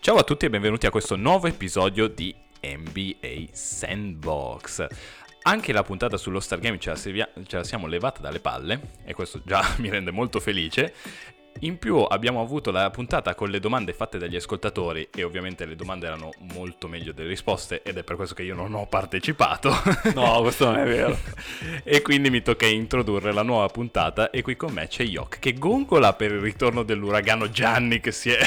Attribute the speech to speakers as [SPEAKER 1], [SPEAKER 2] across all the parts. [SPEAKER 1] Ciao a tutti e benvenuti a questo nuovo episodio di NBA Sandbox. Anche la puntata sullo Star Game ce la, sevia- ce la siamo levata dalle palle e questo già mi rende molto felice. In più abbiamo avuto la puntata con le domande fatte dagli ascoltatori e ovviamente le domande erano molto meglio delle risposte ed è per questo che io non ho partecipato.
[SPEAKER 2] No, questo non è vero.
[SPEAKER 1] e quindi mi tocca introdurre la nuova puntata e qui con me c'è Yok che gongola per il ritorno dell'uragano Gianni che si è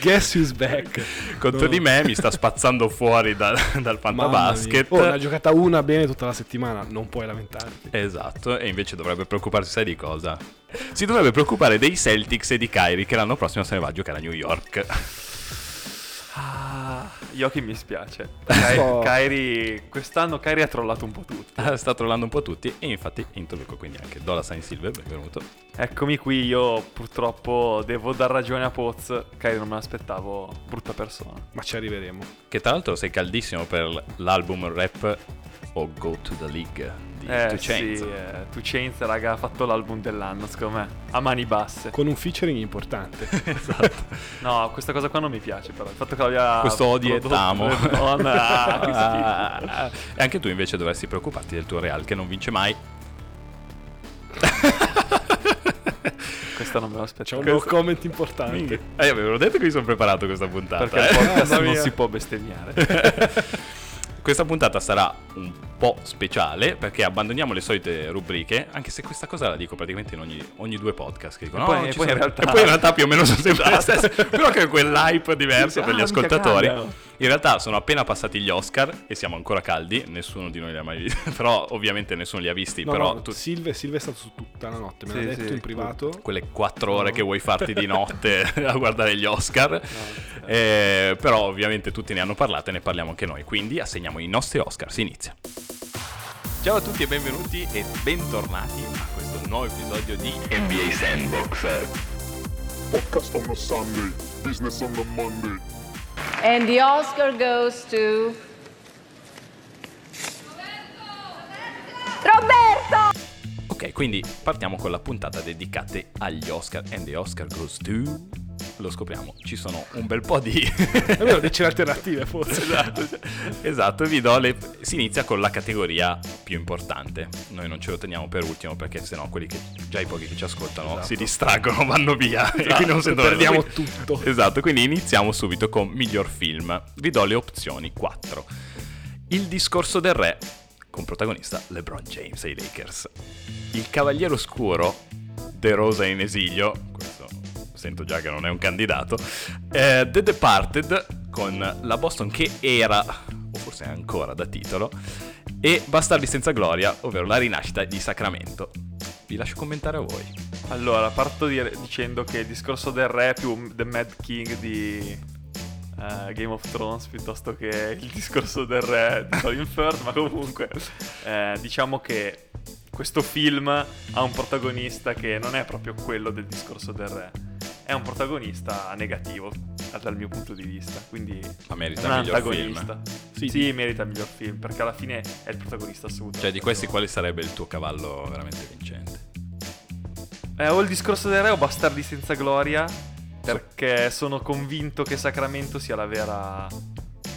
[SPEAKER 2] Guess who's back?
[SPEAKER 1] contro
[SPEAKER 2] No.
[SPEAKER 1] di me, mi sta spazzando fuori da- dal
[SPEAKER 2] Mamma
[SPEAKER 1] pantabasket.
[SPEAKER 2] mia. Oh, ne ha giocata una bene tutta la settimana, non puoi lamentarti.
[SPEAKER 1] Esatto, e invece dovrebbe preoccuparsi, sai di cosa? Si dovrebbe preoccupare dei Celtics e di Kyrie che l'anno prossimo se ne va a giocare a New York.
[SPEAKER 3] Ah, Yoki mi spiace.
[SPEAKER 2] Sto-
[SPEAKER 3] Kai- Kairi, quest'anno Kairi ha trollato un po' tutti.
[SPEAKER 1] Sta trollando un po' tutti e infatti introduco quindi anche Dola Sign Silver, benvenuto.
[SPEAKER 3] Eccomi qui, io purtroppo devo dar ragione a Poz. Kairi non me l'aspettavo, brutta persona.
[SPEAKER 2] Ma ci arriveremo.
[SPEAKER 1] Che tra l'altro sei caldissimo per l'album rap o Go to the League di
[SPEAKER 3] eh,
[SPEAKER 1] Two Chainz.
[SPEAKER 3] sì, eh, Two Chainz, raga, ha fatto l'album dell'anno, secondo me. A mani basse.
[SPEAKER 2] Con un featuring importante.
[SPEAKER 3] eh.
[SPEAKER 1] esatto.
[SPEAKER 3] No, questa cosa qua non mi piace, però. Il fatto che l'abbia.
[SPEAKER 1] Questo odio e
[SPEAKER 3] Ah, prodotto-
[SPEAKER 1] tamo.
[SPEAKER 3] No, no, che schifo.
[SPEAKER 1] Ah, e anche tu invece dovresti preoccuparti del tuo Real che non vince mai.
[SPEAKER 3] Questa non me
[SPEAKER 2] C'è
[SPEAKER 3] l'aspettavo.
[SPEAKER 2] un no comment importante.
[SPEAKER 1] Eh, avevo detto che mi sono preparato questa puntata.
[SPEAKER 3] Perché al
[SPEAKER 1] eh.
[SPEAKER 3] podcast
[SPEAKER 2] Mamma
[SPEAKER 3] non
[SPEAKER 2] mia.
[SPEAKER 3] si Certo, può bestemmiare.
[SPEAKER 1] Questa puntata sarà un po' speciale perché abbandoniamo le solite rubriche, anche se questa cosa la dico praticamente in ogni, ogni due podcast. Che dico,
[SPEAKER 3] E
[SPEAKER 1] no, ci
[SPEAKER 3] poi- e poi
[SPEAKER 1] sono-
[SPEAKER 3] in realtà-
[SPEAKER 1] e poi in realtà più o meno sono sempre le stesse, però che quell'hype diverso per gli
[SPEAKER 3] Ah, mica
[SPEAKER 1] ascoltatori.
[SPEAKER 3] cambia.
[SPEAKER 1] In realtà sono appena passati gli Oscar e siamo ancora caldi, nessuno di noi li ha mai visti, però ovviamente nessuno li ha visti,
[SPEAKER 2] No,
[SPEAKER 1] però
[SPEAKER 2] no,
[SPEAKER 1] tu-
[SPEAKER 2] Silve, Silve è stato su tutta la notte, me
[SPEAKER 3] Sì,
[SPEAKER 2] l'ha detto
[SPEAKER 3] sì.
[SPEAKER 2] in privato.
[SPEAKER 1] quelle quattro ore che vuoi farti di notte a guardare gli Oscar. Eh, però ovviamente tutti ne hanno parlato e ne parliamo anche noi, quindi assegniamo i nostri Oscar, si inizia. Ciao a tutti e benvenuti e bentornati a questo nuovo episodio di NBA Sandbox.
[SPEAKER 4] Podcast on a Sunday, business on a Monday.
[SPEAKER 5] And the Oscar goes to. Roberto!
[SPEAKER 1] Ok, quindi partiamo con la puntata dedicata agli Oscar and the Oscar goes to... Lo scopriamo, ci sono un bel po' di...
[SPEAKER 2] Almeno dice le alternative, forse.
[SPEAKER 1] esatto, esatto, vi do le... si inizia con la categoria più importante. Noi non ce lo teniamo per ultimo perché sennò quelli che già i pochi che ci ascoltano si distraggono, vanno via e quindi non sentono
[SPEAKER 2] Perdiamo
[SPEAKER 1] nulla.
[SPEAKER 2] tutto.
[SPEAKER 1] Esatto, quindi iniziamo subito con miglior film. Vi do le opzioni 4. Il discorso del re con protagonista LeBron James ai Lakers. Il cavaliere oscuro De Rosa in esilio, questo sento già che non è un candidato. eh, The Departed con la Boston che era o forse è ancora da titolo e Bastardi senza gloria, ovvero la rinascita di Sacramento. Vi lascio commentare a voi.
[SPEAKER 3] Allora, parto di- dicendo che il discorso del re è più The Mad King di eh, Game of Thrones piuttosto che il discorso del re di Colin Firth, ma comunque eh, diciamo che questo film ha un protagonista che non è proprio quello del discorso del re, è un protagonista negativo eh, dal mio punto di vista, quindi
[SPEAKER 1] Ma
[SPEAKER 3] è
[SPEAKER 1] merita
[SPEAKER 3] un
[SPEAKER 1] il miglior film.
[SPEAKER 3] antagonista.
[SPEAKER 2] Sì.
[SPEAKER 3] Sì, merita il miglior film perché alla fine è il protagonista assoluto.
[SPEAKER 1] Cioè, di questi, quale sarebbe il tuo cavallo veramente vincente?
[SPEAKER 3] Eh, o il discorso del re o Bastardi senza gloria. Perché sono convinto che Sacramento sia la vera.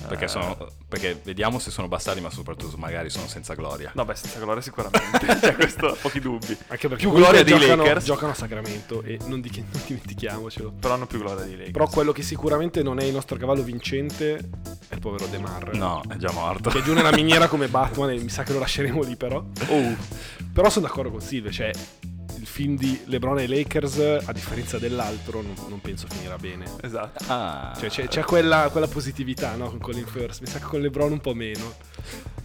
[SPEAKER 1] Perché
[SPEAKER 3] eh,
[SPEAKER 1] sono. Perché vediamo se sono bastardi, ma soprattutto magari sono senza gloria.
[SPEAKER 3] No, beh, senza gloria sicuramente. cioè, questo pochi dubbi.
[SPEAKER 2] Anche perché
[SPEAKER 3] Più
[SPEAKER 2] comunque
[SPEAKER 3] gloria dei
[SPEAKER 2] giocano,
[SPEAKER 3] Lakers.
[SPEAKER 2] giocano a Sacramento e non, di- non dimentichiamocelo.
[SPEAKER 3] Però hanno più gloria di Lakers.
[SPEAKER 2] Però quello che sicuramente non è il nostro cavallo vincente è il povero Demar.
[SPEAKER 1] No, è già morto.
[SPEAKER 2] Che giù nella miniera Uh. come Batman e mi sa che lo lasceremo lì però.
[SPEAKER 1] Oh.
[SPEAKER 2] Però sono d'accordo con Silve, cioè il film di LeBron e Lakers, a differenza dell'altro, non, non penso finirà bene.
[SPEAKER 3] Esatto.
[SPEAKER 1] Ah.
[SPEAKER 2] Cioè c'è, c'è quella, quella positività, no? Con Colin Firth, mi sa che con LeBron un po' meno.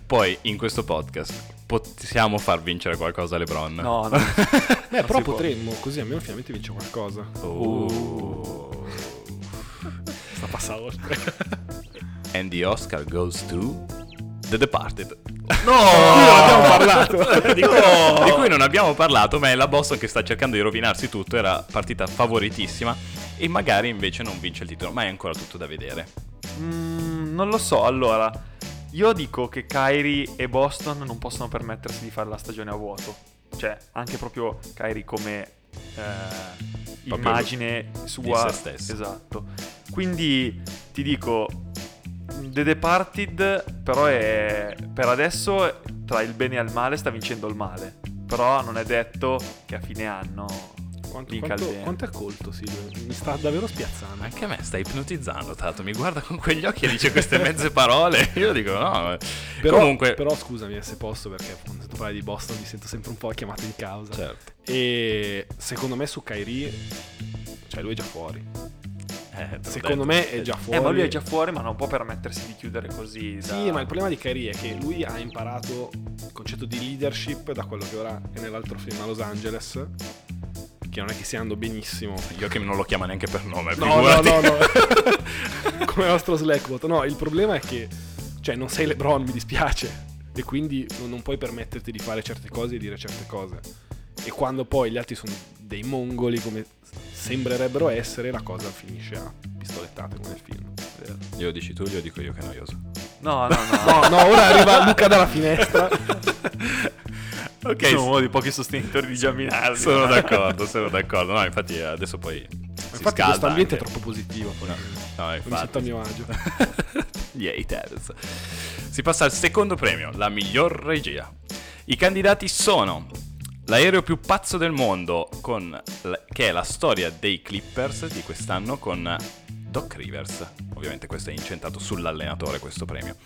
[SPEAKER 1] Poi in questo podcast possiamo far vincere qualcosa a LeBron.
[SPEAKER 3] No, no.
[SPEAKER 2] Beh, Eh, però
[SPEAKER 3] si può.
[SPEAKER 2] potremmo, così almeno finalmente vince qualcosa. Uh.
[SPEAKER 1] Oh.
[SPEAKER 2] Sta passa oltre.
[SPEAKER 1] And the Oscar goes to The Departed.
[SPEAKER 2] abbiamo parlato.
[SPEAKER 1] Oh.
[SPEAKER 2] Oh.
[SPEAKER 1] di, cui, di cui non abbiamo parlato, ma è la Boston che sta cercando di rovinarsi tutto. Era partita favoritissima. E magari invece non vince il titolo, ma è ancora tutto da vedere.
[SPEAKER 3] Mm, non lo so. Allora, io dico che Kyrie e Boston non possono permettersi di fare la stagione a vuoto. Cioè, anche proprio Kyrie come eh,
[SPEAKER 1] Proprio
[SPEAKER 3] immagine
[SPEAKER 1] di
[SPEAKER 3] sua.
[SPEAKER 1] se stesso.
[SPEAKER 3] Esatto. Quindi ti dico, The Departed però è, per adesso tra il bene e il male sta vincendo il male. Però non è detto che a fine anno
[SPEAKER 2] Quanto,
[SPEAKER 3] vinca il
[SPEAKER 2] quanto,
[SPEAKER 3] bene.
[SPEAKER 2] quanto è colto Silve? Mi sta davvero spiazzando.
[SPEAKER 1] Anche a me sta ipnotizzando, Tato. Mi guarda con quegli occhi e dice queste mezze parole. Io dico, no. eh."
[SPEAKER 2] Però,
[SPEAKER 1] Comunque,
[SPEAKER 2] però scusami eh, se posso perché quando sento parlare di Boston mi sento sempre un po' chiamato in causa.
[SPEAKER 1] certo.
[SPEAKER 2] E secondo me su Kyrie, cioè lui è già fuori.
[SPEAKER 1] Eh, te l'ho
[SPEAKER 2] Secondo
[SPEAKER 1] detto.
[SPEAKER 2] me è già fuori.
[SPEAKER 3] Eh, ma lui è già fuori, ma non può permettersi di chiudere così.
[SPEAKER 2] Sì, ma il problema di Kyrie è che lui ha imparato il concetto di leadership da quello che ora è nell'altro film a Los Angeles, che non è che stia andando benissimo.
[SPEAKER 1] Joachim non lo chiama neanche per nome.
[SPEAKER 2] No, no,
[SPEAKER 1] figurati.
[SPEAKER 2] no, no. Come il nostro Slackbot. No, il problema è che, cioè, non sei LeBron, mi dispiace. E quindi non, non puoi permetterti di fare certe cose e dire certe cose. E quando poi gli altri sono dei mongoli, come sembrerebbero essere, la cosa finisce a pistolettate come nel film.
[SPEAKER 1] Glielo dici tu, glielo dico io che è noioso.
[SPEAKER 3] No, no, no.
[SPEAKER 2] No, no, ora arriva Luca dalla finestra.
[SPEAKER 1] Ok,
[SPEAKER 3] Io sono uno dei pochi sostenitori di Giamminardi.
[SPEAKER 1] sono d'accordo, sono d'accordo. No, infatti adesso poi si
[SPEAKER 2] Infatti,
[SPEAKER 1] scalda
[SPEAKER 2] questo ambiente è
[SPEAKER 1] anche.
[SPEAKER 2] troppo positivo. poi.
[SPEAKER 1] No, no,
[SPEAKER 2] Mi sento a
[SPEAKER 1] infatti.
[SPEAKER 2] mio agio.
[SPEAKER 1] Gli haters. Si passa al secondo premio, la miglior regia. I candidati sono l'aereo più pazzo del mondo, con l- che è la storia dei Clippers di quest'anno con Doc Rivers. Ovviamente questo è incentrato sull'allenatore questo premio.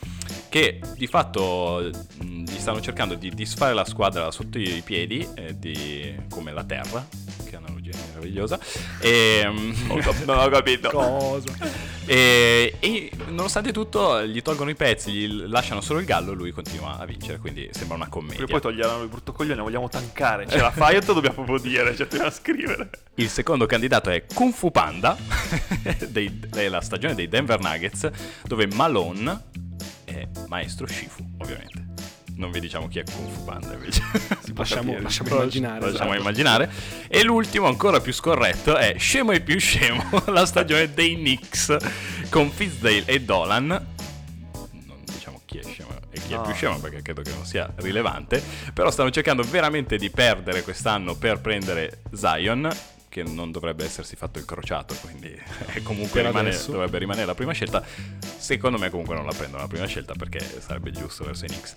[SPEAKER 1] Che di fatto mh, gli stanno cercando di disfare la squadra sotto i piedi, eh, di- come la terra, che analogia meravigliosa. E, mm, non ho capito.
[SPEAKER 2] Cosa?
[SPEAKER 1] E, e nonostante tutto gli tolgono i pezzi, gli lasciano solo il gallo, lui continua a vincere, quindi sembra una commedia.
[SPEAKER 3] Perché poi toglieranno il brutto coglione, vogliamo tankare. Ce la fai o te lo dobbiamo proprio dire? Cioè, dobbiamo scrivere.
[SPEAKER 1] Il secondo candidato è Kung Fu Panda, dei- della stagione dei Denver Nuggets, dove Malone è maestro Shifu, ovviamente. Non vi diciamo chi è Kung Fu Panda invece.
[SPEAKER 2] Lasciamo,
[SPEAKER 3] capire.
[SPEAKER 2] lasciamo immaginare.
[SPEAKER 1] Lasciamo
[SPEAKER 2] esatto.
[SPEAKER 1] immaginare. E l'ultimo, ancora più scorretto, è Scemo e più scemo, la stagione dei Knicks con Fizdale e Dolan. Non diciamo chi è scemo e chi è
[SPEAKER 3] No.
[SPEAKER 1] più scemo perché credo che non sia rilevante. Però stanno cercando veramente di perdere quest'anno per prendere Zion. Che non dovrebbe essersi fatto il crociato, quindi eh, comunque
[SPEAKER 2] Per
[SPEAKER 1] rimane-
[SPEAKER 2] adesso.
[SPEAKER 1] dovrebbe rimanere la prima scelta. Secondo me, comunque, non la prendono la prima scelta perché sarebbe giusto verso i Knicks.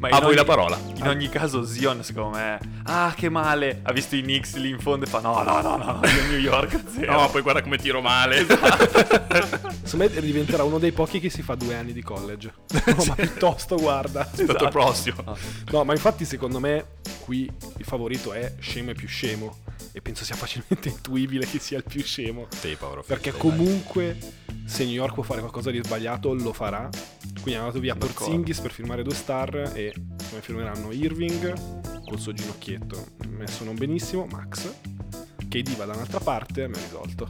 [SPEAKER 3] Ma
[SPEAKER 1] A
[SPEAKER 3] in
[SPEAKER 1] voi la parola.
[SPEAKER 3] In ogni caso, Zion, secondo me, ah, che male. Ha visto i Knicks lì in fondo e fa: no, no, no, no, io New York, zero.
[SPEAKER 1] No, poi guarda come tiro male.
[SPEAKER 2] Esatto, Secondo me diventerà uno dei pochi che si fa due anni di college. No, ma piuttosto guarda. Esatto.
[SPEAKER 1] Aspetto il prossimo.
[SPEAKER 2] No, ma infatti secondo me qui il favorito è scemo e più scemo. E penso sia facilmente intuibile che sia il più scemo.
[SPEAKER 1] Sì, povero
[SPEAKER 2] Perché
[SPEAKER 1] Fizdale, dai.
[SPEAKER 2] comunque se New York può fare qualcosa di sbagliato lo farà. Quindi hanno dato via
[SPEAKER 3] Sono d'accordo.
[SPEAKER 2] Porzingis per firmare due star e come firmeranno Irving col suo ginocchietto messo non benissimo, Max. Che diva da un'altra parte mi ha risolto.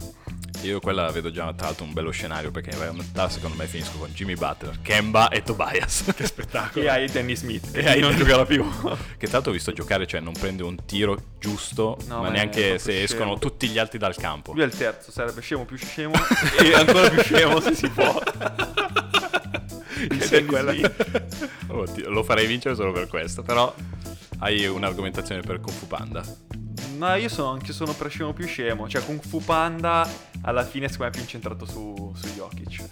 [SPEAKER 1] Io quella la vedo già tra l'altro un bello scenario perché in realtà secondo me finisco con Jimmy Butler, Kemba e Tobias. Che spettacolo.
[SPEAKER 3] E hai Danny Smith.
[SPEAKER 1] E
[SPEAKER 3] E
[SPEAKER 1] hai-
[SPEAKER 3] hai non giocherà più.
[SPEAKER 1] Che tra l'altro ho visto giocare, cioè non prende un tiro giusto,
[SPEAKER 3] No,
[SPEAKER 1] ma
[SPEAKER 3] ma è
[SPEAKER 1] neanche
[SPEAKER 3] proprio
[SPEAKER 1] se
[SPEAKER 3] scemo.
[SPEAKER 1] escono tutti gli altri dal campo.
[SPEAKER 3] Lui è il terzo, sarebbe scemo più scemo. e ancora più scemo se si può.
[SPEAKER 1] Ed è quella- Oh, ti- Lo farei vincere solo per questo, però hai un'argomentazione per Kung Fu Panda.
[SPEAKER 3] Ma io sono anche sono per scemo più scemo. Cioè, Kung Fu Panda alla fine, secondo me, è più incentrato su, su Jokic.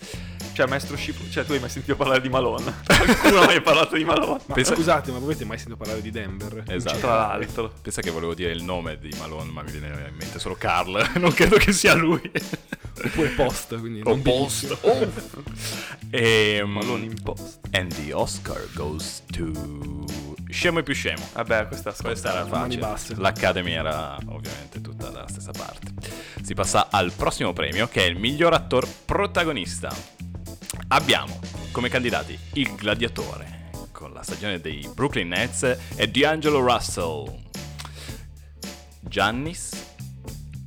[SPEAKER 3] Cioè, maestro Shifu. Cioè, tu hai mai sentito parlare di Malone? Qualcuno ha mai parlato di Malone?
[SPEAKER 2] Ma
[SPEAKER 1] Pensa-
[SPEAKER 2] scusate, ma voi avete mai sentito parlare di Denver? Cioè,
[SPEAKER 1] Esatto.
[SPEAKER 3] Tra l'altro.
[SPEAKER 1] Pensa che volevo dire il nome di Malone, ma mi viene in mente solo Carl. Non credo che sia lui.
[SPEAKER 2] Oppure post, quindi
[SPEAKER 1] O
[SPEAKER 2] non
[SPEAKER 1] post. Oh.
[SPEAKER 2] benissimo.
[SPEAKER 1] E,
[SPEAKER 3] Malone in post.
[SPEAKER 1] And the Oscar goes to Scemo e più scemo.
[SPEAKER 3] Vabbè, questa squadra.
[SPEAKER 1] Questa era
[SPEAKER 2] mani
[SPEAKER 1] facile.
[SPEAKER 2] basse.
[SPEAKER 1] L'Academy era ovviamente tutta dalla stessa parte. Si passa al prossimo premio che è il miglior attor protagonista. Abbiamo come candidati il Gladiatore con la stagione dei Brooklyn Nets e D'Angelo Russell. Giannis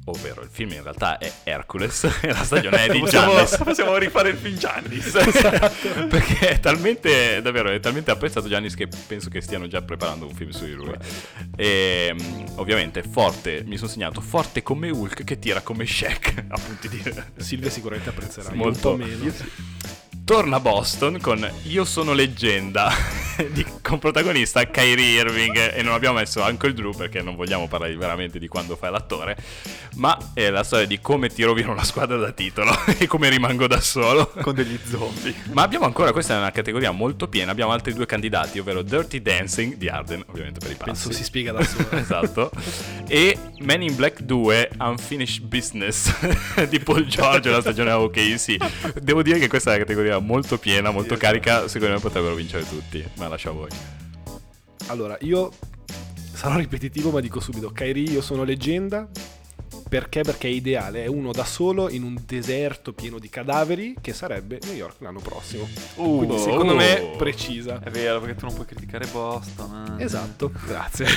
[SPEAKER 1] Ovvero, il film in realtà è Hercules e la stagione è di
[SPEAKER 3] possiamo,
[SPEAKER 1] Giannis.
[SPEAKER 3] possiamo rifare il film Giannis.
[SPEAKER 1] Esatto. Perché è talmente, davvero, è talmente apprezzato Giannis che penso che stiano già preparando un film su di lui. E, mm, ovviamente, forte, mi sono segnato, forte come Hulk che tira come Shaq, a punti di...
[SPEAKER 2] Silvia sicuramente apprezzerà
[SPEAKER 1] Sì,
[SPEAKER 2] molto
[SPEAKER 1] molto.
[SPEAKER 2] meno.
[SPEAKER 1] Torna a Boston con Io sono leggenda. di- con protagonista Kyrie Irving e non abbiamo messo Uncle Drew perché non vogliamo parlare veramente di quando fa l'attore, ma è la storia di come tiro via una squadra da titolo e come rimango da solo.
[SPEAKER 3] Con degli zombie.
[SPEAKER 1] Ma abbiamo ancora, questa è una categoria molto piena, abbiamo altri due candidati, ovvero Dirty Dancing di Arden, ovviamente per i passi.
[SPEAKER 2] Penso si spiega da solo.
[SPEAKER 1] esatto. E Men in Black 2 Unfinished Business di Paul George la stagione ok sì. Devo dire che questa è una categoria molto piena, molto
[SPEAKER 2] esatto.
[SPEAKER 1] carica, secondo me potrebbero vincere tutti, ma lascio a voi.
[SPEAKER 2] Allora, io sarò ripetitivo, ma dico subito: Kairi, io sono leggenda. Perché? Perché è ideale, è uno da solo in un deserto pieno di cadaveri che sarebbe New York l'anno prossimo. Quindi secondo
[SPEAKER 1] oh.
[SPEAKER 2] me precisa.
[SPEAKER 3] È vero, perché tu non puoi criticare Boston. eh.
[SPEAKER 2] Esatto, grazie.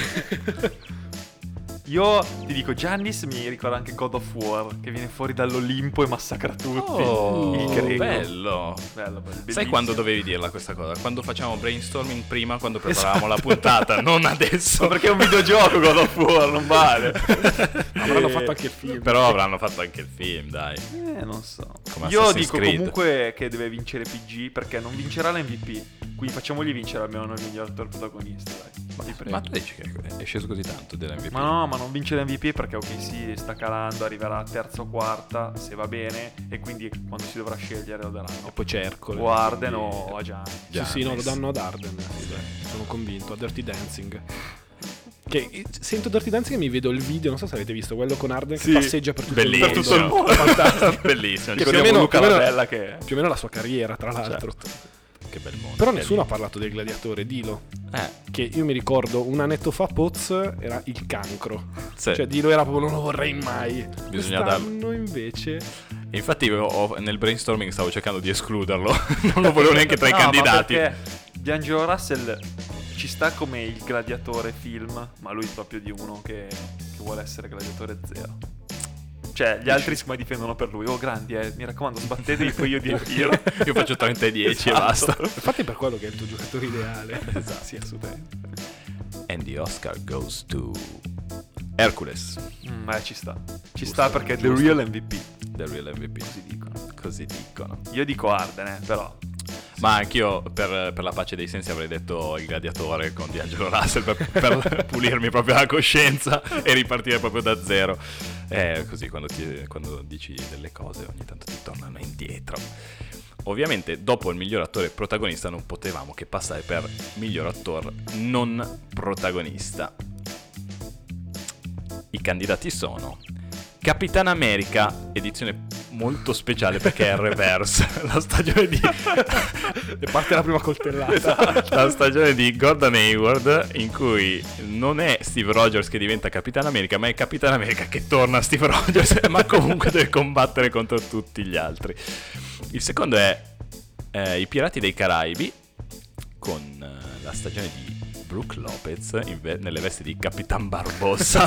[SPEAKER 3] Io ti dico, Giannis mi ricorda anche God of War, che viene fuori dall'Olimpo e massacra tutti.
[SPEAKER 2] Oh,
[SPEAKER 3] il greco.
[SPEAKER 1] Oh, bello.
[SPEAKER 3] Bello, bello,
[SPEAKER 1] Sai
[SPEAKER 3] bellissimo.
[SPEAKER 1] quando dovevi dirla questa cosa? Quando facciamo brainstorming prima, quando preparavamo la
[SPEAKER 3] Esatto.
[SPEAKER 1] puntata, non
[SPEAKER 3] Ma
[SPEAKER 1] adesso.
[SPEAKER 3] perché è un videogioco God of War, non vale.
[SPEAKER 2] Avranno fatto anche il film.
[SPEAKER 1] Però avranno fatto anche il film, dai.
[SPEAKER 3] Eh, non so.
[SPEAKER 1] Come
[SPEAKER 3] Io
[SPEAKER 1] Assassin's
[SPEAKER 3] dico
[SPEAKER 1] Creed.
[SPEAKER 3] comunque che deve vincere PG perché non vincerà l'MVP. Quindi facciamogli vincere almeno il miglior attore protagonista, dai. Ti prego.
[SPEAKER 1] Ma tu dici che è sceso così tanto dell'MVP?
[SPEAKER 3] Ma no, ma non vince l'MVP perché OKC sta calando, arriverà terza o quarta, se va bene, e quindi quando si dovrà scegliere lo daranno.
[SPEAKER 2] E poi c'è Ercole.
[SPEAKER 3] O Arden o
[SPEAKER 2] quindi-
[SPEAKER 3] a Gianni.
[SPEAKER 2] Sì, sì, no, lo danno ad Arden. sì, beh, Sono convinto, a Dirty Dancing. Che eh, sento Dirty Dancing e mi vedo il video, non so se avete visto quello con Arden
[SPEAKER 3] Sì,
[SPEAKER 2] che passeggia per tutto
[SPEAKER 1] Bellissimo.
[SPEAKER 2] il mondo.
[SPEAKER 3] tutto il mondo.
[SPEAKER 1] Fantastico. Bellissimo.
[SPEAKER 2] Che
[SPEAKER 1] Ci
[SPEAKER 2] più o
[SPEAKER 1] vogliamo
[SPEAKER 2] meno-
[SPEAKER 1] Luca
[SPEAKER 2] più o meno-
[SPEAKER 1] Labella.
[SPEAKER 3] Bella che
[SPEAKER 2] Più o meno la sua carriera, tra l'altro.
[SPEAKER 1] Certo. Che bel mondo.
[SPEAKER 2] Però nessuno ha parlato del gladiatore, dilo.
[SPEAKER 1] Eh,
[SPEAKER 2] Che io mi ricordo un annetto fa Poz era il cancro.
[SPEAKER 1] sì.
[SPEAKER 2] Cioè Dilo era proprio non lo vorrei mai.
[SPEAKER 1] Bisogna
[SPEAKER 2] Quest'anno invece
[SPEAKER 1] Infatti ho- ho- nel brainstorming stavo cercando di escluderlo. non lo volevo neanche tra i
[SPEAKER 3] No, ma
[SPEAKER 1] candidati.
[SPEAKER 3] perché D'Angelo Russell ci sta come il gladiatore film, ma lui è proprio di uno che, che vuole essere gladiatore zero. Cioè, gli altri siccome difendono per lui. Oh, grandi, eh, mi raccomando, sbattetevi, poi io di tiro.
[SPEAKER 1] Io faccio 30 e 10
[SPEAKER 2] Esatto.
[SPEAKER 1] e basta.
[SPEAKER 2] Infatti è per quello che è il tuo giocatore ideale. Esatto. Sì, assolutamente.
[SPEAKER 1] And the Oscar goes to Hercules,
[SPEAKER 3] Mm, eh, ci sta. Ci sta perché è The
[SPEAKER 1] giusto.
[SPEAKER 3] Real MVP,
[SPEAKER 1] the real MVP.
[SPEAKER 3] così dicono.
[SPEAKER 1] Così dicono.
[SPEAKER 3] Io dico Arden, eh, però.
[SPEAKER 1] Ma anch'io per, per la pace dei sensi avrei detto il gladiatore con D'Angelo Russell per, per pulirmi proprio la coscienza e ripartire proprio da zero. Eh, così quando, ti- quando dici delle cose ogni tanto ti tornano indietro. Ovviamente dopo il miglior attore protagonista non potevamo che passare per miglior attore non protagonista. I candidati sono Capitan America, edizione molto speciale perché è reverse, la stagione di
[SPEAKER 2] E parte la prima coltellata.
[SPEAKER 1] la stagione di Gordon Hayward in cui non è Steve Rogers che diventa Capitan America, ma è Capitan America che torna a Steve Rogers, ma comunque deve combattere contro tutti gli altri. Il secondo è eh, I Pirati dei Caraibi con eh, la stagione di Brooke Lopez in ve- nelle vesti di Capitan Barbossa.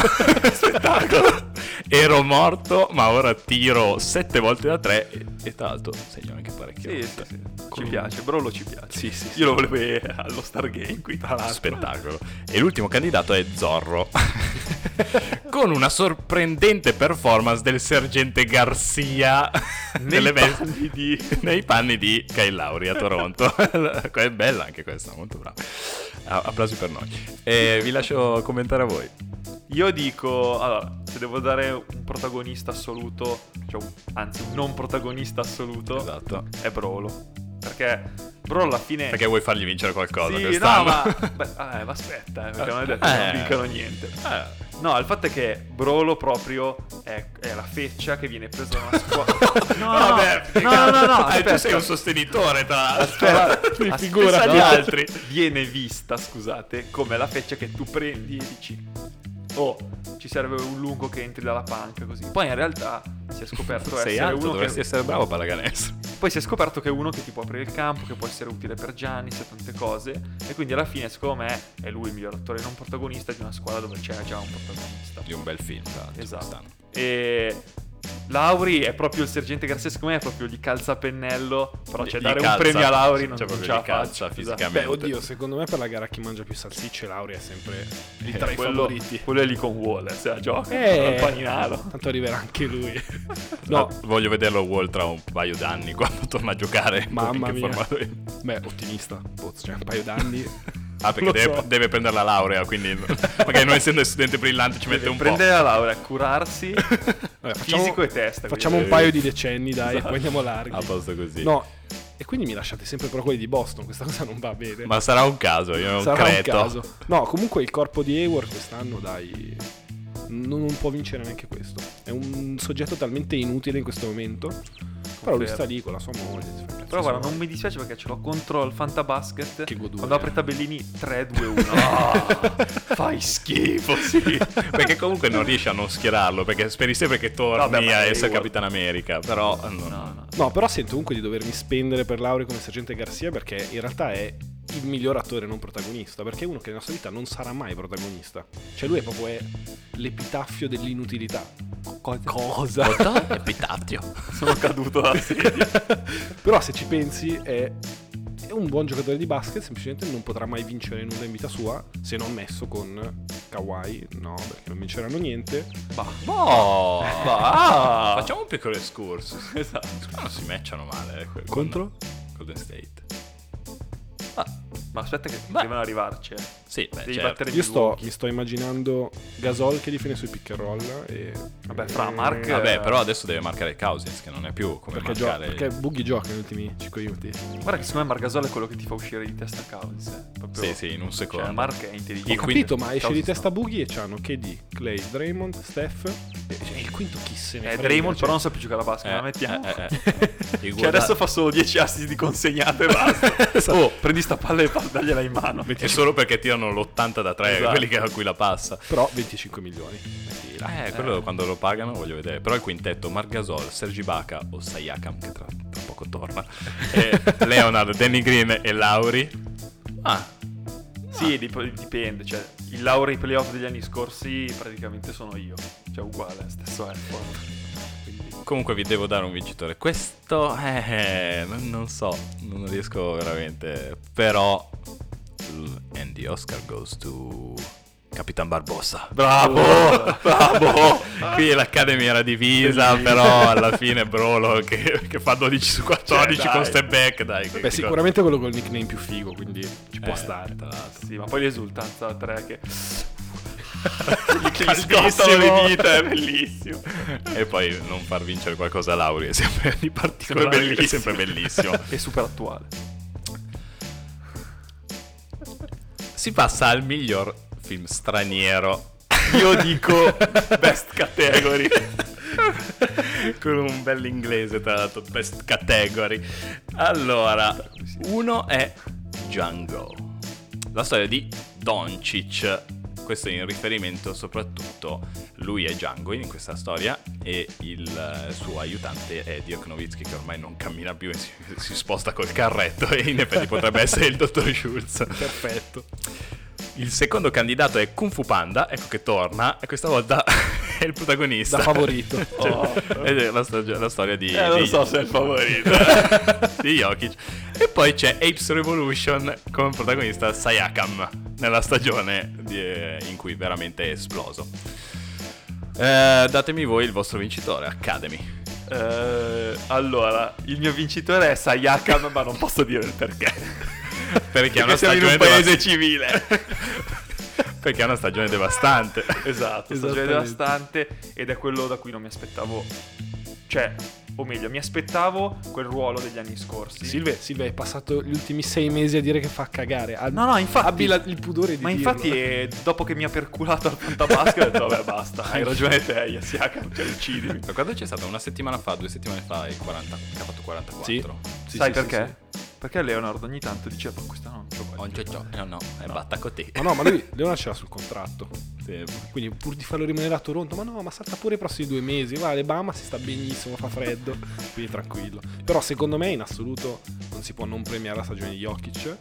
[SPEAKER 1] Spettacolo! Ero morto, ma ora tiro sette volte da tre e, e tra l'altro segno anche parecchio.
[SPEAKER 3] Sì, sì, sì. Ci piace, Brollo ci piace.
[SPEAKER 2] Sì, sì, sì.
[SPEAKER 3] Io lo volevo eh, allo Stargame qui, tra l'altro.
[SPEAKER 1] Ah, spettacolo. E l'ultimo candidato è Zorro. Con una sorprendente performance del sergente Garcia nelle vesti-
[SPEAKER 3] panni di-
[SPEAKER 1] nei panni di Kyle Lauri a Toronto. è bella anche questa, molto brava. Ah, Applausi per noi. E vi lascio commentare a voi.
[SPEAKER 3] Io dico, allora, se devo dare un protagonista assoluto, cioè un- anzi un non protagonista assoluto,
[SPEAKER 1] Esatto.
[SPEAKER 3] è Brolo. Perché Brolo alla fine...
[SPEAKER 1] Perché vuoi fargli vincere qualcosa
[SPEAKER 3] sì, no,
[SPEAKER 1] quest'anno?
[SPEAKER 3] ma... beh, vabbè, ma aspetta, eh, perché non è detto che
[SPEAKER 1] Eh.
[SPEAKER 3] non vincano niente.
[SPEAKER 1] Eh.
[SPEAKER 3] No, il fatto è che Brolo proprio è, è la feccia che viene presa da una scuola. No, no,
[SPEAKER 1] vabbè,
[SPEAKER 3] no, no, no, no,
[SPEAKER 1] Eh, tu
[SPEAKER 3] aspetta.
[SPEAKER 1] sei un sostenitore, tra l'altro.
[SPEAKER 3] Aspetta,
[SPEAKER 1] Cioè, figura
[SPEAKER 3] aspetta,
[SPEAKER 1] Ah, gli
[SPEAKER 3] no.
[SPEAKER 1] altri.
[SPEAKER 3] Viene vista, scusate, come la feccia che tu prendi e dici: Oh, ci serve un lungo che entri dalla panca così. Poi in realtà si è scoperto
[SPEAKER 1] Sei
[SPEAKER 3] essere
[SPEAKER 1] alto,
[SPEAKER 3] uno che...
[SPEAKER 1] dovresti essere bravo a pallacanestro.
[SPEAKER 3] Poi si è scoperto che è uno che ti può aprire il campo, che può essere utile per Giannis e tante cose. E quindi alla fine, secondo me, è lui il miglior attore non protagonista di una squadra dove c'era già un protagonista.
[SPEAKER 1] Di un bel film, tra l'altro.
[SPEAKER 3] Esatto.
[SPEAKER 1] quest'anno.
[SPEAKER 3] E Lauri è proprio il sergente Garcia, secondo me è proprio gli calza a pennello, però c'è
[SPEAKER 1] Gli
[SPEAKER 3] dare
[SPEAKER 1] calza,
[SPEAKER 3] un premio a Lauri
[SPEAKER 1] cioè
[SPEAKER 3] non,
[SPEAKER 1] proprio
[SPEAKER 3] non ce la
[SPEAKER 1] gli calza
[SPEAKER 3] faccio. esatto.
[SPEAKER 1] fisicamente.
[SPEAKER 2] Beh, oddio, secondo me per la gara chi mangia più salsicce Laurea è sempre lì tra i
[SPEAKER 3] Eh, quello,
[SPEAKER 2] favoriti.
[SPEAKER 3] quello è lì con Waller, se la gioca,
[SPEAKER 2] Eh.
[SPEAKER 3] al paninaro.
[SPEAKER 2] Tanto arriverà anche lui. No,
[SPEAKER 1] Ah, voglio vederlo Wall tra un paio d'anni quando torna a giocare.
[SPEAKER 2] Mamma
[SPEAKER 1] in che
[SPEAKER 2] mia.
[SPEAKER 1] formato è.
[SPEAKER 2] beh, ottimista. Bozzo, cioè un paio d'anni.
[SPEAKER 1] Ah, perché
[SPEAKER 2] Lo
[SPEAKER 1] deve,
[SPEAKER 2] so.
[SPEAKER 1] deve prendere la laurea, quindi magari non essendo studente brillante ci mette un
[SPEAKER 3] Prendere la laurea, curarsi,
[SPEAKER 2] Vabbè,
[SPEAKER 3] fisico e testa.
[SPEAKER 2] Facciamo
[SPEAKER 3] quindi- Esatto. Ah,
[SPEAKER 2] un paio di decenni, dai, e poi andiamo
[SPEAKER 1] po'.
[SPEAKER 2] larghi.
[SPEAKER 1] Esatto. A posto così.
[SPEAKER 2] No, e quindi mi lasciate sempre però quelli di Boston, questa cosa non va bene.
[SPEAKER 1] Ma sarà un caso, io non
[SPEAKER 2] Sarà
[SPEAKER 1] credo.
[SPEAKER 2] un caso. No, comunque il corpo di Hayward quest'anno, dai, non, non può vincere neanche questo. È un soggetto talmente inutile in questo momento. Però lui
[SPEAKER 3] Confermo.
[SPEAKER 2] sta lì con la sua moglie. si fa il cazzo
[SPEAKER 3] Però guarda,
[SPEAKER 2] suo.
[SPEAKER 3] non mi dispiace perché ce l'ho contro il Fantabasket.
[SPEAKER 2] Che goduria.
[SPEAKER 3] Quando apre i tabellini 3-2-1. Ah, fai schifo, sì.
[SPEAKER 1] perché comunque non riesce a non schierarlo, perché speri sempre che torni
[SPEAKER 3] Vabbè, ma
[SPEAKER 1] a
[SPEAKER 3] Hayward-
[SPEAKER 1] essere Capitan America, però... no,
[SPEAKER 3] No, no.
[SPEAKER 2] No, però sento comunque di dovermi spendere per Lauri come sergente Garcia perché in realtà è il miglior attore non protagonista, perché è uno che nella sua vita non sarà mai protagonista. Cioè lui è proprio è l'epitaffio dell'inutilità. Cosa?
[SPEAKER 1] Epitafio.
[SPEAKER 3] Sono caduto dalla sedia.
[SPEAKER 2] Però se ci pensi è, è un buon giocatore di basket, semplicemente non potrà mai vincere nulla in vita sua, se non messo con Kawhi, no, perché non vinceranno niente.
[SPEAKER 1] Oh,
[SPEAKER 3] Ah.
[SPEAKER 1] facciamo un piccolo excursus.
[SPEAKER 3] Esatto.
[SPEAKER 1] Secondo me non si matchano male. eh, con- Golden State.
[SPEAKER 3] Ma aspetta che
[SPEAKER 1] Beh.
[SPEAKER 3] devono arrivarci. eh.
[SPEAKER 1] Sì, beh,
[SPEAKER 3] Devi
[SPEAKER 1] certo.
[SPEAKER 3] battere
[SPEAKER 2] Io sto,
[SPEAKER 3] Milwaukee.
[SPEAKER 2] mi sto immaginando Gasol che difende sui pick and roll e...
[SPEAKER 3] Vabbè,
[SPEAKER 2] Eh,
[SPEAKER 3] fra Mark-
[SPEAKER 1] Vabbè, però adesso deve marcare Cousins, che non è più come
[SPEAKER 2] Perché, gio-
[SPEAKER 1] marcare...
[SPEAKER 2] perché Boogie gioca negli ultimi 5 minuti.
[SPEAKER 3] Guarda che secondo me Margasol è quello che ti fa uscire di testa Cousins. eh. Proprio...
[SPEAKER 1] Sì, sì, in un secondo.
[SPEAKER 3] Cioè, Mark è
[SPEAKER 1] E
[SPEAKER 3] intelligente.
[SPEAKER 1] Ho quindi-
[SPEAKER 2] Capito, ma esce di
[SPEAKER 3] Cousins
[SPEAKER 2] testa Boogie e c'hanno KD, Clay, Draymond, Steph. E e il quinto chi se ne
[SPEAKER 3] Eh,
[SPEAKER 2] frega,
[SPEAKER 3] Draymond
[SPEAKER 2] cioè.
[SPEAKER 3] però non sa più giocare a basket,
[SPEAKER 1] Eh,
[SPEAKER 3] la mettiamo.
[SPEAKER 1] eh, eh, eh. Io
[SPEAKER 3] Cioè
[SPEAKER 1] guarda-
[SPEAKER 3] adesso fa solo 10 assist di consegnato e basta.
[SPEAKER 1] Esatto.
[SPEAKER 3] oh, prendi sta palla e pa- dagliela in mano.
[SPEAKER 1] È solo perché tirano l'80 da 3
[SPEAKER 3] Esatto.
[SPEAKER 1] quelli che- a cui la passa.
[SPEAKER 2] Però 25 milioni. Mettila.
[SPEAKER 1] Eh, quello quando lo pagano voglio vedere. Però il quintetto Margasol, Sergi Baca o Sayakam, che tra, tra poco torna, e Leonard, Danny Green e Lauri. Ah,
[SPEAKER 3] Sì, dip- dipende. Cioè, il laureo ai playoff degli anni scorsi praticamente sono io. Cioè, uguale, stesso effort. Quindi,
[SPEAKER 1] comunque vi devo dare un vincitore. Questo, eh, non, non so, non riesco veramente. Però, l- and the Oscar goes to Capitan Barbossa.
[SPEAKER 3] Bravo!
[SPEAKER 1] Bravo! Qui l'Academy era divisa, però alla fine Brolo che, che fa 12 su 14
[SPEAKER 3] Cioè, dai.
[SPEAKER 1] con step back, dai. che-
[SPEAKER 2] Beh,
[SPEAKER 1] che-
[SPEAKER 2] sicuramente quello col nickname più figo, quindi ci può
[SPEAKER 1] Eh,
[SPEAKER 2] stare.
[SPEAKER 1] tra l'altro.
[SPEAKER 3] Sì, ma poi l'esultanza a tre che...
[SPEAKER 1] Che gli scottano le dita,
[SPEAKER 3] è bellissimo.
[SPEAKER 1] E poi non far vincere qualcosa a Lauri è sempre di particolare,
[SPEAKER 3] Sembra
[SPEAKER 1] è sempre bellissimo.
[SPEAKER 3] e super attuale.
[SPEAKER 1] si passa al miglior film straniero.
[SPEAKER 3] Io dico best category.
[SPEAKER 1] Con un bel inglese, tra l'altro, best category. Allora, uno è Django. La storia di Doncic. Questo è in riferimento soprattutto lui è Django in questa storia e il eh, suo aiutante è Dirk Nowitzki che ormai non cammina più e si, si sposta col carretto e in effetti potrebbe essere il dottor Schulz.
[SPEAKER 2] Perfetto.
[SPEAKER 1] Il secondo candidato è Kung Fu Panda, ecco che torna, e questa volta è il protagonista.
[SPEAKER 2] Da favorito.
[SPEAKER 1] Cioè, ed è la, stag- la storia di...
[SPEAKER 3] Oh. Eh, non
[SPEAKER 1] di-
[SPEAKER 3] so se è il favorito.
[SPEAKER 1] di Jokic. E poi c'è Apes Revolution con protagonista Sayakam, nella stagione di- eh, in cui veramente è esploso. Eh, datemi voi il vostro vincitore, Academy.
[SPEAKER 3] Eh, allora, il mio vincitore è Sayakam, ma non posso dire il perché.
[SPEAKER 1] Perché è una
[SPEAKER 3] siamo in un
[SPEAKER 1] stagione
[SPEAKER 3] paese
[SPEAKER 1] devast-
[SPEAKER 3] civile.
[SPEAKER 1] Perché è una stagione devastante.
[SPEAKER 3] esatto, stagione
[SPEAKER 2] Esattamente.
[SPEAKER 3] devastante ed è quello da cui non mi aspettavo. Cioè, o meglio, mi aspettavo quel ruolo degli anni scorsi.
[SPEAKER 2] Silve, Silve, hai passato gli ultimi sei mesi a dire che fa cagare. Ab-
[SPEAKER 3] No, no, infatti.
[SPEAKER 2] Abbi la- il pudore di
[SPEAKER 3] Ma
[SPEAKER 2] dirlo.
[SPEAKER 3] infatti, eh, dopo che mi ha perculato al fantabasca, ho detto, vabbè, basta, hai ragione te, Yasiaka, cioè, uccidimi.
[SPEAKER 1] Quando c'è stata una settimana fa, due settimane fa, e 40, che ha fatto 44.
[SPEAKER 2] Sì. Sì,
[SPEAKER 3] Sai
[SPEAKER 2] sì, sì,
[SPEAKER 3] perché? Perché Leonardo ogni tanto dice, ma questa non c'ho
[SPEAKER 1] Non c'è ciò. No, no, è batta con te.
[SPEAKER 2] sì. Ma no, ma lui Leona ce l'ha sul contratto.
[SPEAKER 1] Sì.
[SPEAKER 2] Quindi pur di farlo rimanere a Toronto, ma no, ma salta pure i prossimi due mesi. Guarda, Bama si sta benissimo, fa freddo, quindi tranquillo. Però secondo me in assoluto non si può non premiare la stagione di Jokic,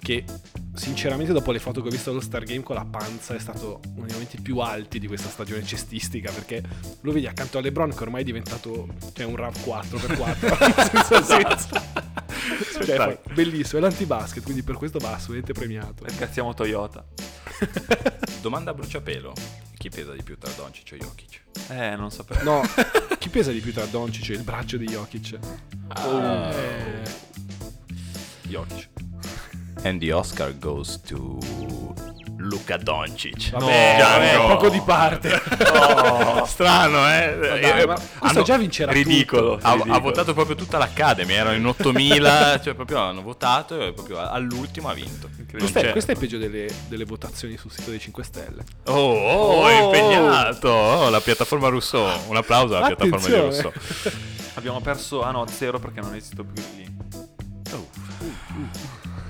[SPEAKER 2] che sinceramente dopo le foto che ho visto allo Star Game con la panza è stato uno dei momenti più alti di questa stagione cestistica perché lo vedi accanto a LeBron che ormai è diventato cioè un RAV 4x4 senza senso. Cioè,
[SPEAKER 1] Spettacolo.
[SPEAKER 2] fa- bellissimo, è l'antibasket, quindi per questo va assolutamente premiato.
[SPEAKER 3] Ringraziamo Toyota.
[SPEAKER 1] Domanda a bruciapelo. Chi pesa di più tra Doncic e Jokic?
[SPEAKER 3] Eh, non sapevo.
[SPEAKER 2] No, chi pesa di più tra Doncic e il braccio di Jokic?
[SPEAKER 1] Ah.
[SPEAKER 2] Eh,
[SPEAKER 1] Jokic. And the Oscar goes to Luca Doncic.
[SPEAKER 2] vabbè, vabbè,
[SPEAKER 1] Gianco.
[SPEAKER 2] poco di parte.
[SPEAKER 1] Strano, eh?
[SPEAKER 2] dai,
[SPEAKER 1] Eh,
[SPEAKER 2] ma questo
[SPEAKER 1] hanno-
[SPEAKER 2] già vincerà
[SPEAKER 3] Ridicolo.
[SPEAKER 1] Ha,
[SPEAKER 3] ridicolo.
[SPEAKER 1] ha votato proprio tutta l'Academy, erano in 8000, cioè proprio hanno votato e proprio all'ultimo ha vinto.
[SPEAKER 3] Incredibile.
[SPEAKER 2] Questa è,
[SPEAKER 3] Cioè,
[SPEAKER 2] questa è peggio delle, delle votazioni sul sito dei 5 Stelle.
[SPEAKER 1] Oh, oh, è
[SPEAKER 3] Oh.
[SPEAKER 1] impegnato! Oh, la piattaforma Rousseau, un applauso alla piattaforma di
[SPEAKER 2] Attenzione.
[SPEAKER 1] Rousseau.
[SPEAKER 3] Abbiamo perso. Ah no, zero perché non esito più lì.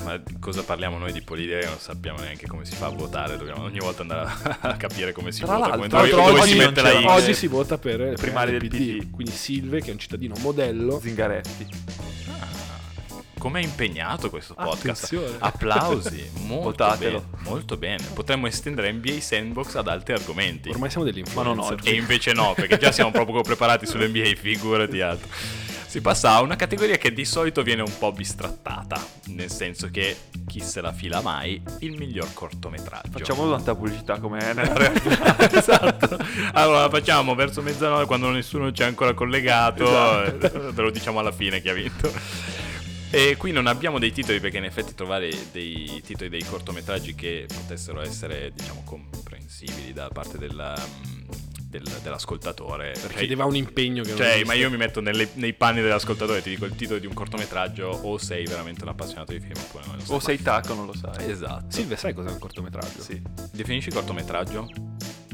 [SPEAKER 1] Ma di cosa parliamo noi di politica che non sappiamo neanche come si fa a votare, dobbiamo ogni volta andare a capire come si
[SPEAKER 3] Tra
[SPEAKER 1] vota, come,
[SPEAKER 3] l'altro,
[SPEAKER 1] dove,
[SPEAKER 3] tra l'altro
[SPEAKER 1] dove
[SPEAKER 3] oggi
[SPEAKER 1] si
[SPEAKER 3] non
[SPEAKER 1] mette la
[SPEAKER 3] c'era-
[SPEAKER 1] X.
[SPEAKER 2] Oggi si vota per le
[SPEAKER 3] primarie del PD.
[SPEAKER 2] Quindi Silve, che è un cittadino modello,
[SPEAKER 3] Zingaretti.
[SPEAKER 1] Com'è impegnato questo podcast?
[SPEAKER 2] Attenzione.
[SPEAKER 1] Applausi, molto
[SPEAKER 3] Votatelo.
[SPEAKER 1] bene, molto bene. Potremmo estendere NBA Sandbox ad altri argomenti.
[SPEAKER 2] ormai siamo degli
[SPEAKER 3] Ma non
[SPEAKER 2] influencer.
[SPEAKER 3] oggi.
[SPEAKER 1] E invece no, perché già siamo proprio preparati sull'NBA, figurati altro. Si passa a una categoria che di solito viene un po' bistrattata, nel senso che chi se la fila mai, il miglior cortometraggio.
[SPEAKER 3] Facciamo tanta pubblicità come è nella realtà.
[SPEAKER 1] esatto. Allora facciamo verso mezzanotte quando nessuno ci è ancora collegato,
[SPEAKER 2] Esatto.
[SPEAKER 1] eh, ve lo diciamo alla fine chi ha vinto. E qui non abbiamo dei titoli perché in effetti trovare dei titoli dei cortometraggi che potessero essere, diciamo, comprensibili da parte della, mm, del- dell'ascoltatore. Cioè,
[SPEAKER 2] Chiedeva un impegno che non
[SPEAKER 1] cioè,
[SPEAKER 2] esiste.
[SPEAKER 1] ma io mi metto nelle- nei panni dell'ascoltatore, ti dico il titolo di un cortometraggio, o sei veramente un appassionato di film oppure non lo
[SPEAKER 3] O
[SPEAKER 1] sei.
[SPEAKER 3] sei tacco, non lo sai.
[SPEAKER 1] Esatto.
[SPEAKER 2] Silve, sai cos'è un cortometraggio?
[SPEAKER 3] Sì.
[SPEAKER 1] Definisci cortometraggio?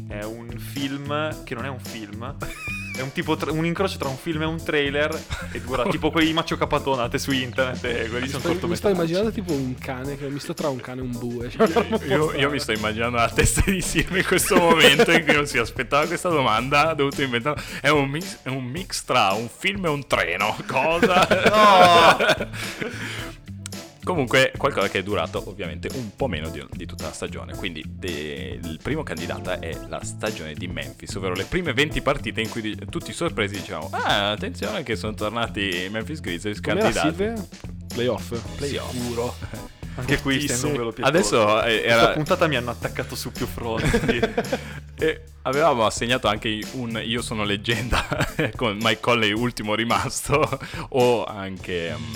[SPEAKER 3] È un film che non è un film. È un tipo tra- un incrocio tra un film e un trailer. E dura tipo quelli di Maccio Capatonate su internet. E quelli sono
[SPEAKER 2] Sto- mi sto
[SPEAKER 3] cortometraggi.
[SPEAKER 2] immaginando tipo un cane, che mi sto tra un cane e un bue. cioè, non può
[SPEAKER 1] Io, io mi sto immaginando la testa di Silvio in questo momento in cui non si aspettava questa domanda, ha dovuto inventare. È un mix, è un mix tra un film e un treno. Cosa? Comunque, qualcosa che è durato ovviamente un po' meno di, di tutta la stagione. Quindi, de- il primo candidato è la stagione di Memphis, ovvero le prime 20 partite in cui di- tutti sorpresi diciamo: Ah, attenzione che sono tornati i Memphis Grizzlies
[SPEAKER 2] Com'era
[SPEAKER 1] candidati.
[SPEAKER 2] Silve? Playoff.
[SPEAKER 1] Playoff.
[SPEAKER 2] Sicuro.
[SPEAKER 3] Anche qui stai
[SPEAKER 1] Sì.
[SPEAKER 3] un velo pietoso.
[SPEAKER 1] Adesso eh,
[SPEAKER 3] Questa
[SPEAKER 1] era,
[SPEAKER 3] puntata mi hanno attaccato su più fronti.
[SPEAKER 1] E avevamo assegnato anche un Io sono leggenda con Mike Colley ultimo rimasto o anche mm,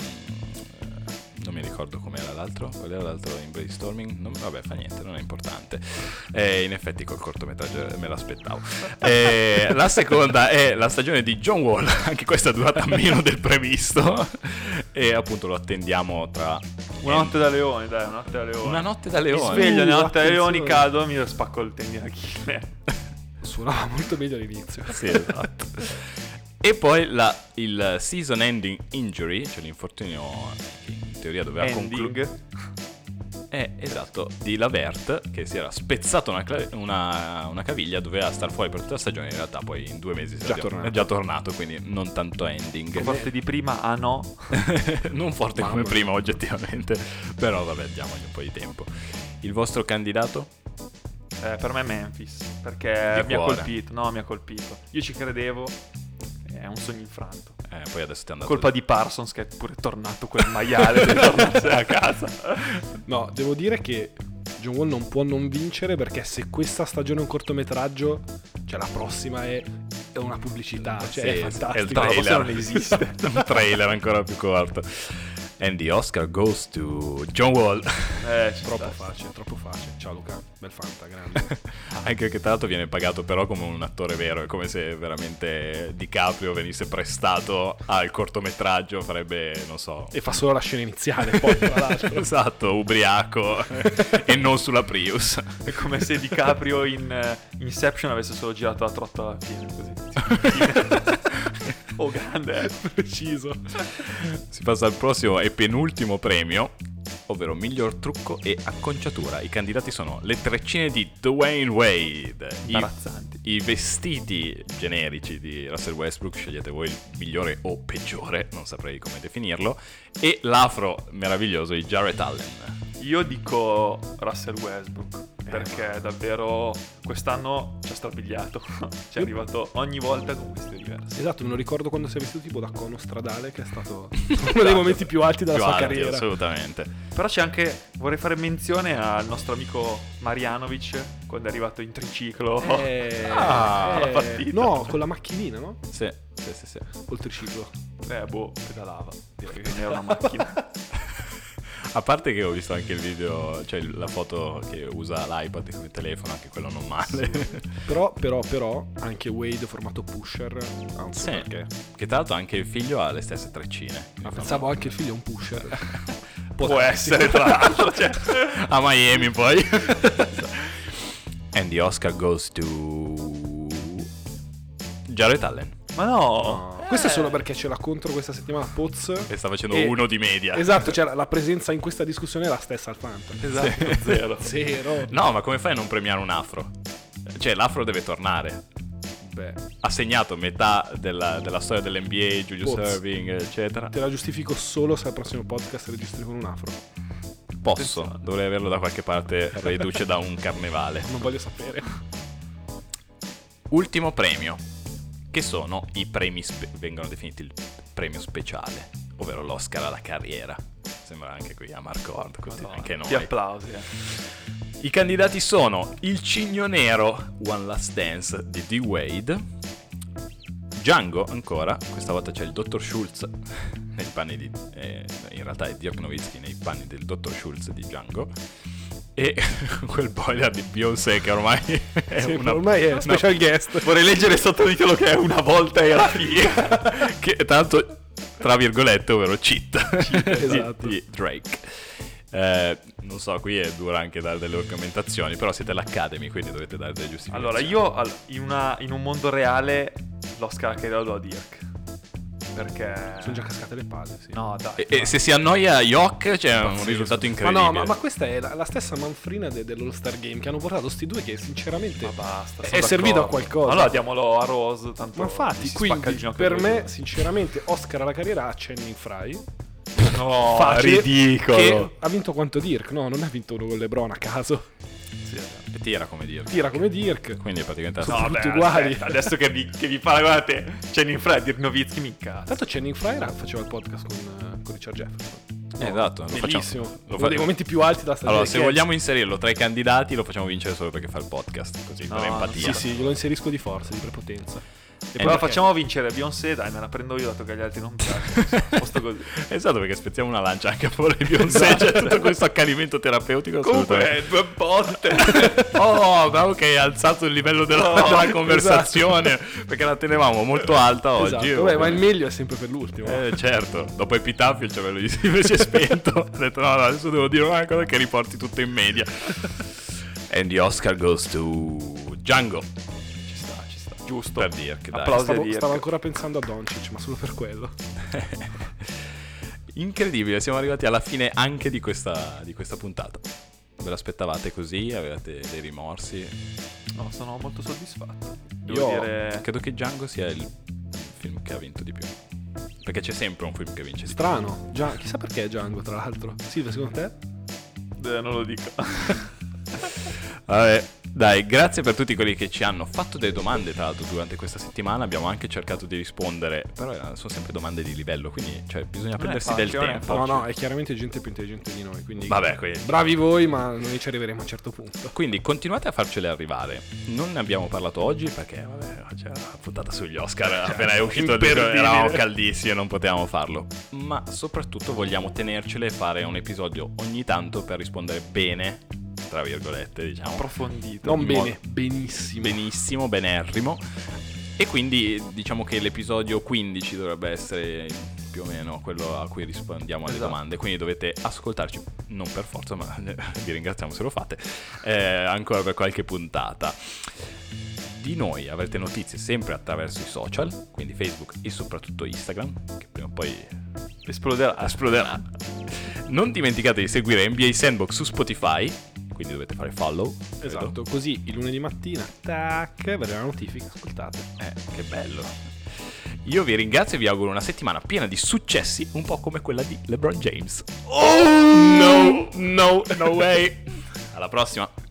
[SPEAKER 1] non mi ricordo com'era l'altro, qual era l'altro in brainstorming, Non- vabbè fa niente, non è importante. Eh, in effetti col cortometraggio me l'aspettavo. Eh, la seconda è la stagione di John Wall, anche questa è durata meno del previsto e appunto lo attendiamo tra
[SPEAKER 3] Una notte da leone, dai, una notte da leone.
[SPEAKER 1] una notte da
[SPEAKER 3] Mi
[SPEAKER 1] leone.
[SPEAKER 3] sveglio, una
[SPEAKER 2] Uh,
[SPEAKER 3] notte da leoni,
[SPEAKER 2] attenzione.
[SPEAKER 3] cado, mi spacco il tendine d'Achille.
[SPEAKER 2] Suonava molto meglio all'inizio.
[SPEAKER 1] Sì, esatto. e poi la- il season ending injury, cioè l'infortunio che in teoria doveva concludere.
[SPEAKER 3] Ending.
[SPEAKER 1] Eh, esatto, di Lavert che si era spezzato una, cla- una- una caviglia, doveva star fuori per tutta la stagione, in realtà poi in due mesi si
[SPEAKER 2] Già
[SPEAKER 1] è-
[SPEAKER 2] tornato.
[SPEAKER 1] è già tornato, quindi non tanto ending.
[SPEAKER 3] Forte di prima, ah no.
[SPEAKER 1] non forte
[SPEAKER 2] Mamma
[SPEAKER 1] come
[SPEAKER 2] mia.
[SPEAKER 1] prima oggettivamente, però vabbè, diamogli un po' di tempo. Il vostro candidato?
[SPEAKER 3] Eh, per me è Memphis, perché
[SPEAKER 1] Di
[SPEAKER 3] mi ha
[SPEAKER 1] cuore.
[SPEAKER 3] colpito, no, mi ha colpito. Io ci credevo, è un sogno infranto.
[SPEAKER 1] Eh, poi adesso ti è andato
[SPEAKER 3] Colpa di Parsons che è pure tornato quel maiale che tornasse a casa.
[SPEAKER 2] No, devo dire che John Wall non può non vincere perché se questa stagione è un cortometraggio, cioè la prossima è, è una pubblicità, cioè
[SPEAKER 1] Sì,
[SPEAKER 2] è fantastica.
[SPEAKER 1] è il
[SPEAKER 3] la
[SPEAKER 1] trailer.
[SPEAKER 3] prossima non esiste.
[SPEAKER 1] un trailer ancora più corto. And the Oscar goes to John Wall.
[SPEAKER 3] Eh, ci
[SPEAKER 2] Troppo
[SPEAKER 3] sta.
[SPEAKER 2] facile, troppo facile. Ciao Luca, bel fanta, grande.
[SPEAKER 1] Anche che tra l'altro viene pagato però come un attore vero, è come se veramente DiCaprio venisse prestato al cortometraggio, farebbe, non so...
[SPEAKER 2] e fa solo la scena iniziale, poi tra l'altro.
[SPEAKER 1] esatto, ubriaco e non sulla Prius.
[SPEAKER 3] È come se DiCaprio in eh, Inception avesse solo girato la trotta alla fine, così. oh, grande, eh.
[SPEAKER 2] Preciso.
[SPEAKER 1] Si passa al prossimo e penultimo premio, ovvero miglior trucco e acconciatura. I candidati sono le treccine di Dwayne Wade, i
[SPEAKER 3] Imbarazzanti.
[SPEAKER 1] i vestiti generici di Russell Westbrook, scegliete voi il migliore o peggiore, non saprei come definirlo, e l'afro meraviglioso di Jarrett Allen.
[SPEAKER 3] Io dico Russell Westbrook. Perché davvero quest'anno ci ha strabiliato. ci è arrivato ogni volta con queste diverse.
[SPEAKER 2] Esatto, me lo ricordo quando si è visto tipo da cono stradale, che è stato uno dei momenti più alti della
[SPEAKER 1] Esatto. Più
[SPEAKER 2] sua
[SPEAKER 1] alti,
[SPEAKER 2] carriera.
[SPEAKER 1] assolutamente.
[SPEAKER 3] Però c'è anche. Vorrei fare menzione al nostro amico Marianovic quando è arrivato in triciclo.
[SPEAKER 2] Eh,
[SPEAKER 1] Ah,
[SPEAKER 3] la partita.
[SPEAKER 2] No, con la macchinina, no?
[SPEAKER 1] Sì, sì, sì, sì.
[SPEAKER 2] Col triciclo.
[SPEAKER 3] Eh, boh, pedalava. Direi che non era una macchina.
[SPEAKER 1] A parte che ho visto anche il video, cioè la foto che usa l'iPad come telefono, anche quello non male.
[SPEAKER 2] Però, però, però, anche Wade formato pusher ha un
[SPEAKER 1] Sì,
[SPEAKER 2] suo perché.
[SPEAKER 1] che tra l'altro anche il figlio ha le stesse treccine.
[SPEAKER 2] Ma pensavo anche il figlio è un pusher.
[SPEAKER 3] Può essere, tra l'altro. Cioè,
[SPEAKER 1] A Miami poi. And the Oscar goes to... Jared Allen.
[SPEAKER 3] ma no.
[SPEAKER 2] Questo è solo perché ce l'ha contro questa settimana Poz.
[SPEAKER 1] E sta facendo
[SPEAKER 2] E-
[SPEAKER 1] uno di media.
[SPEAKER 2] Esatto, cioè la- la presenza in questa discussione è la stessa al Phantom.
[SPEAKER 1] Esatto, zero.
[SPEAKER 2] Zero.
[SPEAKER 1] No, ma come fai a non premiare un afro? Cioè, l'afro deve tornare.
[SPEAKER 2] Beh,
[SPEAKER 1] Ha segnato metà della, della storia dell'NBA, Julius
[SPEAKER 2] Poz.
[SPEAKER 1] Irving, eccetera.
[SPEAKER 2] te la giustifico solo se al prossimo podcast registri con un afro.
[SPEAKER 1] Posso, dovrei averlo da qualche parte, riduce da un carnevale.
[SPEAKER 2] Non voglio sapere.
[SPEAKER 1] Eh. Ultimo premio, che sono i premi, spe- vengono definiti il premio speciale, ovvero l'Oscar alla carriera. Sembra anche qui a Marco Hort, così anche
[SPEAKER 3] Ti
[SPEAKER 1] noi.
[SPEAKER 3] applausi. eh.
[SPEAKER 1] I candidati sono il Cigno Nero, One Last Dance di D. Wade, Django ancora, questa volta c'è il Dottor Schultz nei panni di... eh, in realtà è Dirk Nowitzki nei panni del Dottor Schultz di Django. E quel boiler di Beyoncé che ormai è
[SPEAKER 2] Sì,
[SPEAKER 1] una...
[SPEAKER 2] ormai è
[SPEAKER 1] una-
[SPEAKER 2] special guest.
[SPEAKER 1] Vorrei leggere sotto il titolo che è una volta era figa. che tanto, tra virgolette, ovvero cheat. di-
[SPEAKER 2] esatto.
[SPEAKER 1] di Drake. Eh, non so, qui è dura anche dare delle argomentazioni, però siete all'Academy, quindi dovete dare delle giustificazioni.
[SPEAKER 3] Allora, io al- in, una- in un mondo reale l'Oscar che lo do a Dirk. Perché...
[SPEAKER 2] Sono già cascate le palle, sì.
[SPEAKER 3] No, dai.
[SPEAKER 1] E, e se si annoia Yok, c'è un
[SPEAKER 3] Pazzesco.
[SPEAKER 1] risultato
[SPEAKER 2] Ma
[SPEAKER 1] incredibile.
[SPEAKER 2] no, ma, ma questa è la, la stessa manfrina de- dell'All-Star Game che hanno portato sti due che sinceramente...
[SPEAKER 3] Ma basta.
[SPEAKER 2] È
[SPEAKER 3] sono
[SPEAKER 2] servito
[SPEAKER 3] d'accordo.
[SPEAKER 2] a qualcosa.
[SPEAKER 3] Allora diamolo a Rose, tanto...
[SPEAKER 2] Ma
[SPEAKER 3] si
[SPEAKER 2] infatti,
[SPEAKER 3] spacca il
[SPEAKER 2] quindi
[SPEAKER 3] ginocchio
[SPEAKER 2] per
[SPEAKER 3] così.
[SPEAKER 2] me, sinceramente, Oscar alla carriera a Channing Fry.
[SPEAKER 3] No,
[SPEAKER 1] Oh,
[SPEAKER 2] Facile,
[SPEAKER 3] ridicolo.
[SPEAKER 2] Che ha vinto quanto Dirk, no? Non ha vinto uno con LeBron a caso.
[SPEAKER 1] esatto. E tira come dire.
[SPEAKER 2] Tira come Dirk.
[SPEAKER 1] Quindi è praticamente
[SPEAKER 3] No,
[SPEAKER 1] no.
[SPEAKER 2] tutti
[SPEAKER 3] vabbè,
[SPEAKER 2] uguali.
[SPEAKER 3] aspetta, adesso che vi, che vi paragonate Channing Fry e Dirk Nowitzki, mi incazzo.
[SPEAKER 2] Tanto Channing Fry era- faceva il podcast con, eh, con Richard Jefferson.
[SPEAKER 1] esatto, lo facciamo.
[SPEAKER 2] Bellissimo.
[SPEAKER 1] Lo
[SPEAKER 2] Uno
[SPEAKER 1] fa-
[SPEAKER 2] dei momenti più alti della stagione.
[SPEAKER 1] Allora,
[SPEAKER 2] dei
[SPEAKER 1] se
[SPEAKER 2] Cavs.
[SPEAKER 1] vogliamo inserirlo tra i candidati, lo facciamo vincere solo perché fa il podcast. Così,
[SPEAKER 3] No,
[SPEAKER 1] per
[SPEAKER 3] no,
[SPEAKER 1] empatia.
[SPEAKER 2] Sì, sì, glielo inserisco di forza, di prepotenza.
[SPEAKER 1] E
[SPEAKER 3] E
[SPEAKER 2] Eh,
[SPEAKER 3] poi la facciamo vincere Beyoncé, dai, me la prendo io dato che agli altri non piace. Posto così.
[SPEAKER 1] Esatto, perché spezziamo una lancia anche a favore di Beyoncé. C'è
[SPEAKER 2] Esatto.
[SPEAKER 1] tutto questo accanimento terapeutico. assolutamente.
[SPEAKER 3] Comunque, eh, due volte.
[SPEAKER 1] Oh, bravo che hai alzato il livello della,
[SPEAKER 3] Oh,
[SPEAKER 1] della conversazione perché la tenevamo molto alta oggi.
[SPEAKER 2] esatto.
[SPEAKER 1] Io-
[SPEAKER 2] Vabbè, ma il meglio è sempre per l'ultimo.
[SPEAKER 1] Eh, certo, dopo Epitafio il cervello gli si invece è spento. Ho detto no, no, adesso devo dire una cosa che riporti tutto in media. And the Oscar goes to Django.
[SPEAKER 3] Ci sta, ci sta. Giusto.
[SPEAKER 1] Per Dirk, dai.
[SPEAKER 3] Applausi.
[SPEAKER 2] Stavo,
[SPEAKER 3] Dirk.
[SPEAKER 2] stavo ancora pensando a Doncic, ma solo per quello.
[SPEAKER 1] Incredibile, siamo arrivati alla fine anche di questa, di questa puntata. Ve l'aspettavate così? Avevate dei rimorsi?
[SPEAKER 3] No, sono molto soddisfatto.
[SPEAKER 2] Io-
[SPEAKER 3] Devo dire...
[SPEAKER 1] Credo che Django sia il film che ha vinto di più. Perché c'è sempre un film che vince di più.
[SPEAKER 2] Strano. Gian- chissà perché Django, tra l'altro. Silvia, secondo te?
[SPEAKER 3] Eh, non lo dico.
[SPEAKER 1] Vabbè, dai, grazie per tutti quelli che ci hanno fatto delle domande, tra l'altro, durante questa settimana. Abbiamo anche cercato di rispondere, però erano- sono sempre domande di livello, quindi cioè, bisogna
[SPEAKER 3] Non è
[SPEAKER 1] prendersi
[SPEAKER 3] facile,
[SPEAKER 1] del
[SPEAKER 3] non è
[SPEAKER 1] tempo.
[SPEAKER 2] No,
[SPEAKER 3] Facile.
[SPEAKER 2] no, è chiaramente gente più intelligente di noi, quindi...
[SPEAKER 1] Vabbè, quindi,
[SPEAKER 2] Bravi voi, ma noi ci arriveremo a un certo punto.
[SPEAKER 1] quindi continuate a farcele arrivare. Non ne abbiamo parlato oggi perché, vabbè, c'era la puntata sugli Oscar. appena è uscito il disco,
[SPEAKER 3] Cioè, imperdibile.
[SPEAKER 1] eravamo caldissimi e non potevamo farlo. Ma soprattutto vogliamo tenercele e fare un episodio ogni tanto per rispondere bene, tra virgolette, diciamo.
[SPEAKER 3] Approfondito.
[SPEAKER 2] Non
[SPEAKER 1] in
[SPEAKER 2] bene, benissimo.
[SPEAKER 1] benissimo, benerrimo. E quindi diciamo che l'episodio 15 dovrebbe essere più o meno quello a cui rispondiamo alle
[SPEAKER 3] Esatto.
[SPEAKER 1] domande. Quindi dovete ascoltarci, non per forza, ma eh, vi ringraziamo se lo fate, eh, ancora per qualche puntata. Di noi avrete notizie sempre attraverso i social, quindi Facebook e soprattutto Instagram, che prima o poi
[SPEAKER 3] Esploderà.
[SPEAKER 1] esploderà. Non dimenticate di seguire NBA Sandbox su Spotify, quindi dovete fare follow. credo.
[SPEAKER 2] Esatto, così il lunedì mattina, tac, verrà la notifica, ascoltate.
[SPEAKER 1] Eh, che bello. Io vi ringrazio e vi auguro una settimana piena di successi, un po' come quella di LeBron James.
[SPEAKER 2] Oh no!
[SPEAKER 1] No, no way. Alla prossima.